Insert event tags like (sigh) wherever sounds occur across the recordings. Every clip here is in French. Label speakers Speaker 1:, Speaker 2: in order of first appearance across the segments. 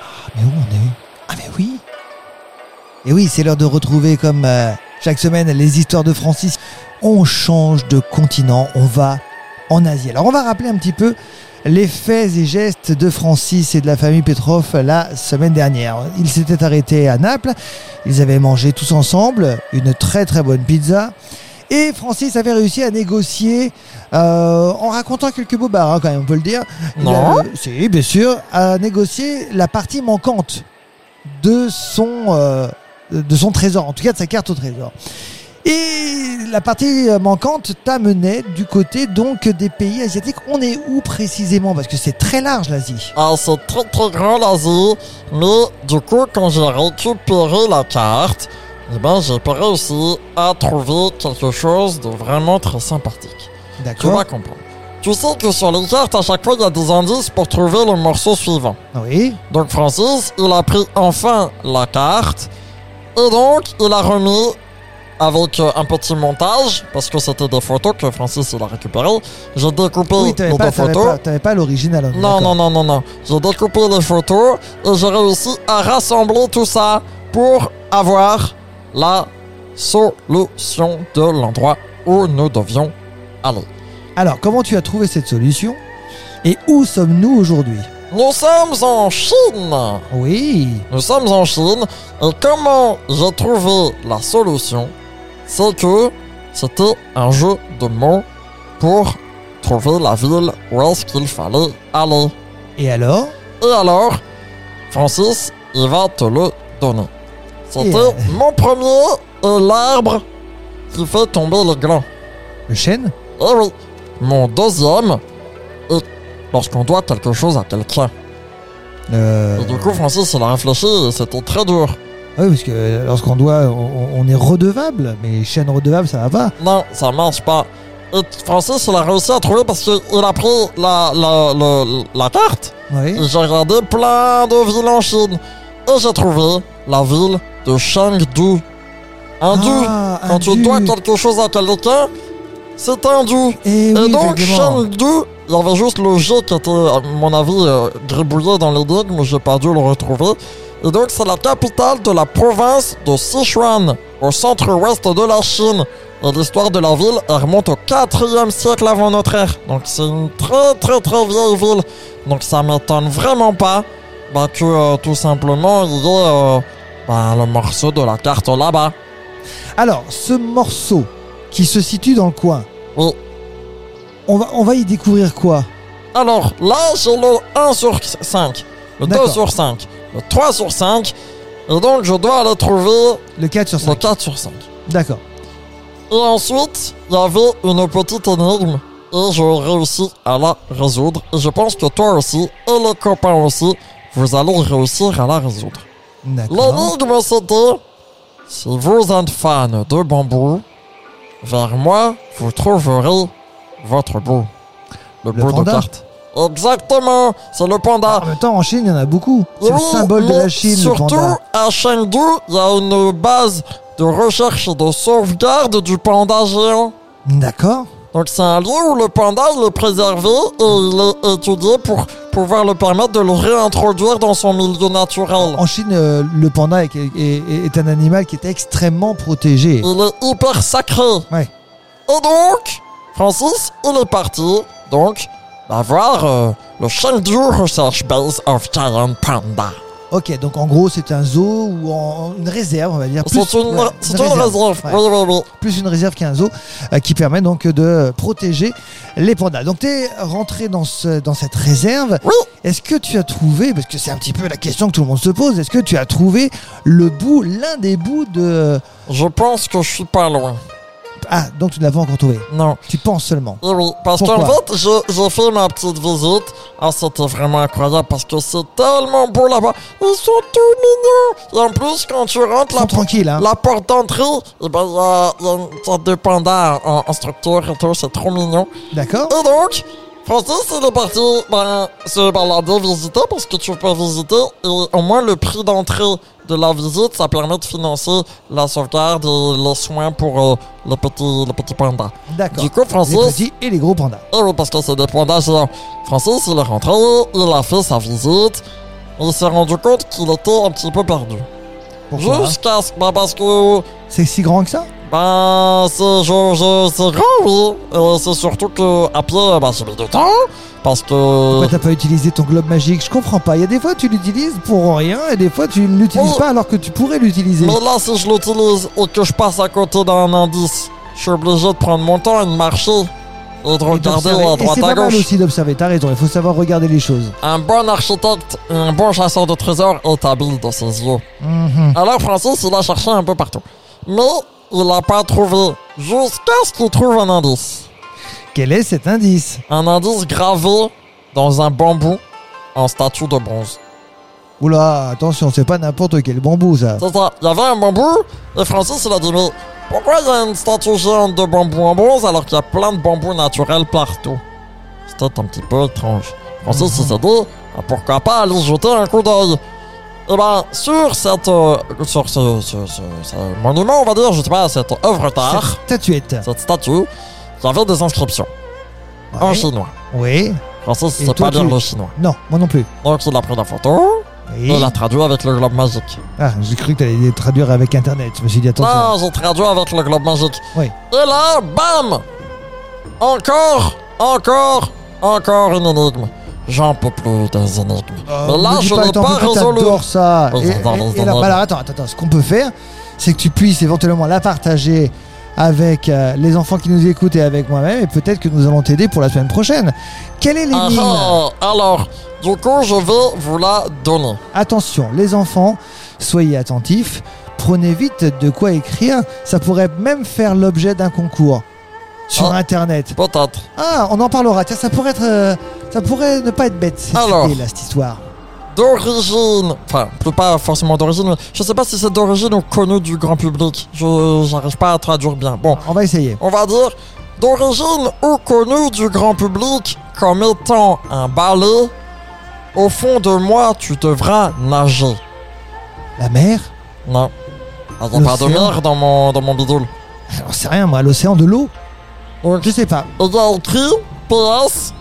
Speaker 1: Ah, mais où on est Ah, mais oui Et oui, c'est l'heure de retrouver, comme euh, chaque semaine, les histoires de Francis. On change de continent, on va en Asie. Alors, on va rappeler un petit peu les faits et gestes de Francis et de la famille Petrov la semaine dernière. Ils s'étaient arrêtés à Naples, ils avaient mangé tous ensemble une très très bonne pizza. Et Francis avait réussi à négocier euh, en racontant quelques bobards, hein, quand même, on peut le dire. Il
Speaker 2: Non.
Speaker 1: a- si, bien sûr, à négocier la partie manquante de son, euh, de son trésor, en tout cas de sa carte au trésor. Et la partie euh, manquante t'amenait du côté donc des pays asiatiques. On est où précisément Parce que c'est très large l'Asie.
Speaker 2: Ah, c'est très très grand l'Asie, mais du coup, quand j'ai récupéré la carte, eh ben, j'ai pas réussi à trouver quelque chose de vraiment très sympathique. Tu
Speaker 1: D'accord
Speaker 2: vas comprendre. Tu sais que sur les cartes, à chaque fois, il y a des indices pour trouver le morceau suivant.
Speaker 1: Ah Oui.
Speaker 2: Donc Francis, il a pris enfin la carte, et donc il a remis, avec euh, un petit montage, parce que c'était des photos que Francis il a récupérées, j'ai découpé
Speaker 1: Oui,
Speaker 2: les
Speaker 1: t'avais pas,
Speaker 2: deux
Speaker 1: t'avais
Speaker 2: photos.
Speaker 1: pas, t'avais pas l'original. hein,
Speaker 2: Non,
Speaker 1: d'accord.
Speaker 2: non, non, non, non. J'ai découpé les photos et j'ai réussi à rassembler tout ça pour avoir la solution de l'endroit où nous devions aller.
Speaker 1: Alors, comment tu as trouvé cette solution Et où sommes-nous aujourd'hui
Speaker 2: Nous sommes en Chine.
Speaker 1: Oui.
Speaker 2: Nous sommes en Chine et comment j'ai trouvé la solution, c'est que c'était un jeu de mots pour trouver la ville où est-ce qu'il fallait aller.
Speaker 1: Et alors
Speaker 2: Et alors, Francis, il va te le donner. C'était
Speaker 1: Yeah.
Speaker 2: mon premier et l'arbre qui fait tomber les glands.
Speaker 1: Le chêne
Speaker 2: Et oui, mon deuxième est lorsqu'on doit quelque chose à quelqu'un.
Speaker 1: euh...
Speaker 2: Et du coup, Francis, il a réfléchi et c'était très dur.
Speaker 1: Ah Oui, parce que lorsqu'on doit, on, on est redevable, mais chêne redevable, ça va pas.
Speaker 2: Non, ça marche pas. Et Francis, il a réussi à trouver parce qu'il a pris la, la, la, la carte.
Speaker 1: Oui.
Speaker 2: Et J'ai regardé plein de villes en Chine. Et j'ai trouvé la ville de Chengdu. Un du.
Speaker 1: Ah,
Speaker 2: Quand tu
Speaker 1: indu.
Speaker 2: dois quelque chose à quelqu'un, c'est un dû.
Speaker 1: Eh
Speaker 2: Et
Speaker 1: oui,
Speaker 2: Euh, donc,
Speaker 1: effectivement.
Speaker 2: Chengdu, il y avait juste le G qui était, à mon avis, euh, gribouillé dans les digues, mais j'ai pas dû le retrouver. Et donc, c'est la capitale de la province de Sichuan, au centre-ouest de la Chine. Et l'histoire de la ville, elle remonte au 4e siècle avant notre ère. Donc, c'est une très, très, très vieille ville. Donc, ça m'étonne vraiment pas bah, que, euh, tout simplement, il y ait euh, bah, le morceau de la carte là-bas.
Speaker 1: Alors, ce morceau qui se situe dans le coin,
Speaker 2: Oui.
Speaker 1: on va, on va y découvrir quoi
Speaker 2: Alors là, j'ai le 1 sur 5, le 2
Speaker 1: D'accord.
Speaker 2: sur 5, le 3 sur 5, et donc je dois aller trouver
Speaker 1: Le 4 sur
Speaker 2: le
Speaker 1: 5.
Speaker 2: 4 sur 5.
Speaker 1: D'accord.
Speaker 2: Et ensuite, il y avait une petite énigme, et j'ai réussi à la résoudre. Et je pense que toi aussi, et les copains aussi, vous allez réussir à la résoudre.
Speaker 1: D'accord.
Speaker 2: L'énigme, c'était si vous êtes fan de bambou, vers moi, vous trouverez votre bout. Le,
Speaker 1: Le
Speaker 2: bout de
Speaker 1: panda.
Speaker 2: carte. Exactement, c'est le panda.
Speaker 1: En même temps, en Chine, il y en a beaucoup. C'est le
Speaker 2: Oui,
Speaker 1: symbole de
Speaker 2: mais
Speaker 1: la Chine, le
Speaker 2: Surtout
Speaker 1: panda.
Speaker 2: à Chengdu, il y a une base de recherche et de sauvegarde du panda géant.
Speaker 1: D'accord.
Speaker 2: Donc c'est un lieu où le panda il est préservé et il est étudié pour pouvoir le permettre de le réintroduire dans son milieu naturel.
Speaker 1: En Chine, euh, le panda est, est- est- est un animal qui est extrêmement protégé.
Speaker 2: Il est hyper sacré.
Speaker 1: Ouais.
Speaker 2: Et donc, Francis, il est parti, donc, à voir euh, le Chengdu Research Base of Giant Panda.
Speaker 1: Ok, donc en gros, c'est un zoo ou en- une réserve, on va dire.
Speaker 2: C'est une,
Speaker 1: ouais,
Speaker 2: c'est une réserve,
Speaker 1: Ouais.
Speaker 2: oui, oui, oui.
Speaker 1: plus une réserve qu'un zoo euh, qui permet donc de protéger les pandas. Donc tu es rentré dans, ce, dans cette réserve.
Speaker 2: Oui.
Speaker 1: Est-ce que tu as trouvé, parce que c'est un petit peu la question que tout le monde se pose, est-ce que tu as trouvé le bout, l'un des bouts de...
Speaker 2: Je pense que je suis pas loin.
Speaker 1: Ah, donc tu ne l'as pas encore trouvé.
Speaker 2: Non.
Speaker 1: Tu penses seulement.
Speaker 2: Eh oui, parce qu'en
Speaker 1: Pourquoi
Speaker 2: fait, je- j'ai fait ma petite visite. Ah, c'était vraiment incroyable parce que c'est tellement beau là-bas. Ils sont tout mignons. Et en plus, quand tu rentres,
Speaker 1: Ils sont
Speaker 2: la, por-
Speaker 1: tranquilles, hein.
Speaker 2: la porte d'entrée, eh ben, il y a, il y a une sorte de panda en, en structure et tout. C'est trop mignon.
Speaker 1: D'accord
Speaker 2: Et donc, Francis, il est parti ben, se balader, visiter parce que tu peux visiter. Et au moins, le prix d'entrée de la visite, ça permet de financer la sauvegarde et les soins pour euh, les, petits, les petits pandas.
Speaker 1: D'accord.
Speaker 2: Du coup,
Speaker 1: Les
Speaker 2: Francis,
Speaker 1: petits et les gros pandas.
Speaker 2: eh oui, parce que c'est des pandas géants. Francis, il est rentré, il a fait sa visite. Et mais il s'est rendu compte qu'il était un petit peu perdu.
Speaker 1: Pourquoi hein
Speaker 2: Jusqu'à ce bah, parce que
Speaker 1: C'est si grand que ça
Speaker 2: bah, c'est, je, je- c'est grand, oui. Et c'est surtout que à pied, bah, j'ai mis du temps. Parce que.
Speaker 1: Pourquoi t'as pas utilisé ton globe magique Je comprends pas. Il y a des fois tu l'utilises pour rien et des fois tu ne l'utilises
Speaker 2: Oh.
Speaker 1: pas alors que tu pourrais l'utiliser.
Speaker 2: Mais là, si je l'utilise et que je passe à côté d'un indice, je suis obligé de prendre mon temps et de marcher. Et de
Speaker 1: Et
Speaker 2: regarder
Speaker 1: d'observer.
Speaker 2: à
Speaker 1: Et
Speaker 2: droite
Speaker 1: c'est
Speaker 2: à
Speaker 1: pas mal
Speaker 2: gauche.
Speaker 1: aussi d'observer, t'as raison, il faut savoir regarder les choses.
Speaker 2: Un bon architecte et un bon chasseur de trésors établi dans ses yeux.
Speaker 1: Mhm.
Speaker 2: Alors Francis, il a cherché un peu partout. Mais il n'a pas trouvé. Jusqu'à ce qu'il trouve un indice.
Speaker 1: Quel est cet indice
Speaker 2: Un indice gravé dans un bambou en statue de bronze.
Speaker 1: Oula, attention, c'est pas n'importe quel bambou ça.
Speaker 2: C'est ça, il y avait un bambou et Francis il a dit mais pourquoi il y a une statue géante de bambou en bronze alors qu'il y a plein de bambous naturels partout C'était un petit peu étrange. Francis il s'est dit Ah, pourquoi pas aller jeter un coup d'œil Et ben sur cette euh, sur ce, ce- ce- ce monument on va dire je sais pas cette œuvre
Speaker 1: (laughs)
Speaker 2: d'art,
Speaker 1: Cette statuette.
Speaker 2: cette statue, il y avait des inscriptions en
Speaker 1: Ouais.
Speaker 2: chinois.
Speaker 1: Oui.
Speaker 2: Francis
Speaker 1: Ah Et
Speaker 2: il sait
Speaker 1: toi,
Speaker 2: pas lire
Speaker 1: tu-
Speaker 2: le chinois.
Speaker 1: Non, moi non plus.
Speaker 2: Donc il a pris la photo
Speaker 1: Oui.
Speaker 2: et il a traduit avec le globe magique.
Speaker 1: Ah, j'ai cru que t'allais traduire avec internet. Je me suis dit, attention.
Speaker 2: Non, j'ai traduit avec le globe magique.
Speaker 1: Oui.
Speaker 2: Et là, bam Encore, encore, encore une énigme. J'en peux plus des énigmes.
Speaker 1: Euh,
Speaker 2: Mais là,
Speaker 1: me dis
Speaker 2: je
Speaker 1: pas
Speaker 2: n'ai
Speaker 1: le temps,
Speaker 2: pas
Speaker 1: peut-être
Speaker 2: résolu.
Speaker 1: J'adore ça.
Speaker 2: Oh,
Speaker 1: Et,
Speaker 2: ça va,
Speaker 1: et-
Speaker 2: ça
Speaker 1: et là-
Speaker 2: va.
Speaker 1: bah alors, attends, attends, attends. Ce qu'on peut faire, c'est que tu puisses éventuellement la partager avec euh, les enfants qui nous écoutent et avec moi-même. Et peut-être que nous allons t'aider pour la semaine prochaine. Quelle est
Speaker 2: Ah,
Speaker 1: l'énigme
Speaker 2: ah, alors, du coup, je vais vous la donner.
Speaker 1: Attention, les enfants, soyez attentifs. Prenez vite de quoi écrire. Ça pourrait même faire l'objet d'un concours sur
Speaker 2: Ah.
Speaker 1: Internet.
Speaker 2: Peut-être.
Speaker 1: Ah, on en parlera. Tiens, ça pourrait être, euh, ça pourrait ne pas être bête. cette
Speaker 2: Alors.
Speaker 1: idée, là, cette histoire.
Speaker 2: D'origine. Enfin, plus pas forcément d'origine, mais je sais pas si c'est d'origine ou connu du grand public. Je n'arrive pas à traduire bien. Bon,
Speaker 1: On va essayer.
Speaker 2: on va dire d'origine ou connu du grand public comme étant un balai. Au fond de moi, tu devras nager.
Speaker 1: La mer
Speaker 2: Non. Ah, Il n'y a pas de
Speaker 1: L'océan.
Speaker 2: mer dans mon, dans mon bidule.
Speaker 1: J'en sais rien, moi. L'océan de l'eau
Speaker 2: Ok.
Speaker 1: Je sais pas.
Speaker 2: Et Il y a écrit PS.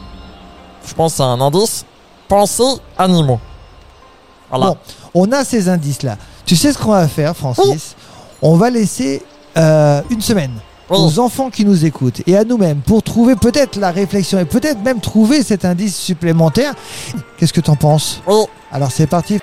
Speaker 2: Je pense que c'est un indice. Pensez animaux. Voilà.
Speaker 1: Bon, on a ces indices-là. Tu sais ce qu'on va faire, Francis On va laisser euh, une semaine
Speaker 2: Oui.
Speaker 1: aux enfants qui nous écoutent et à nous-mêmes pour trouver peut-être la réflexion et peut-être même trouver cet indice supplémentaire. Qu'est-ce que t'en penses
Speaker 2: Oui.
Speaker 1: Alors c'est parti.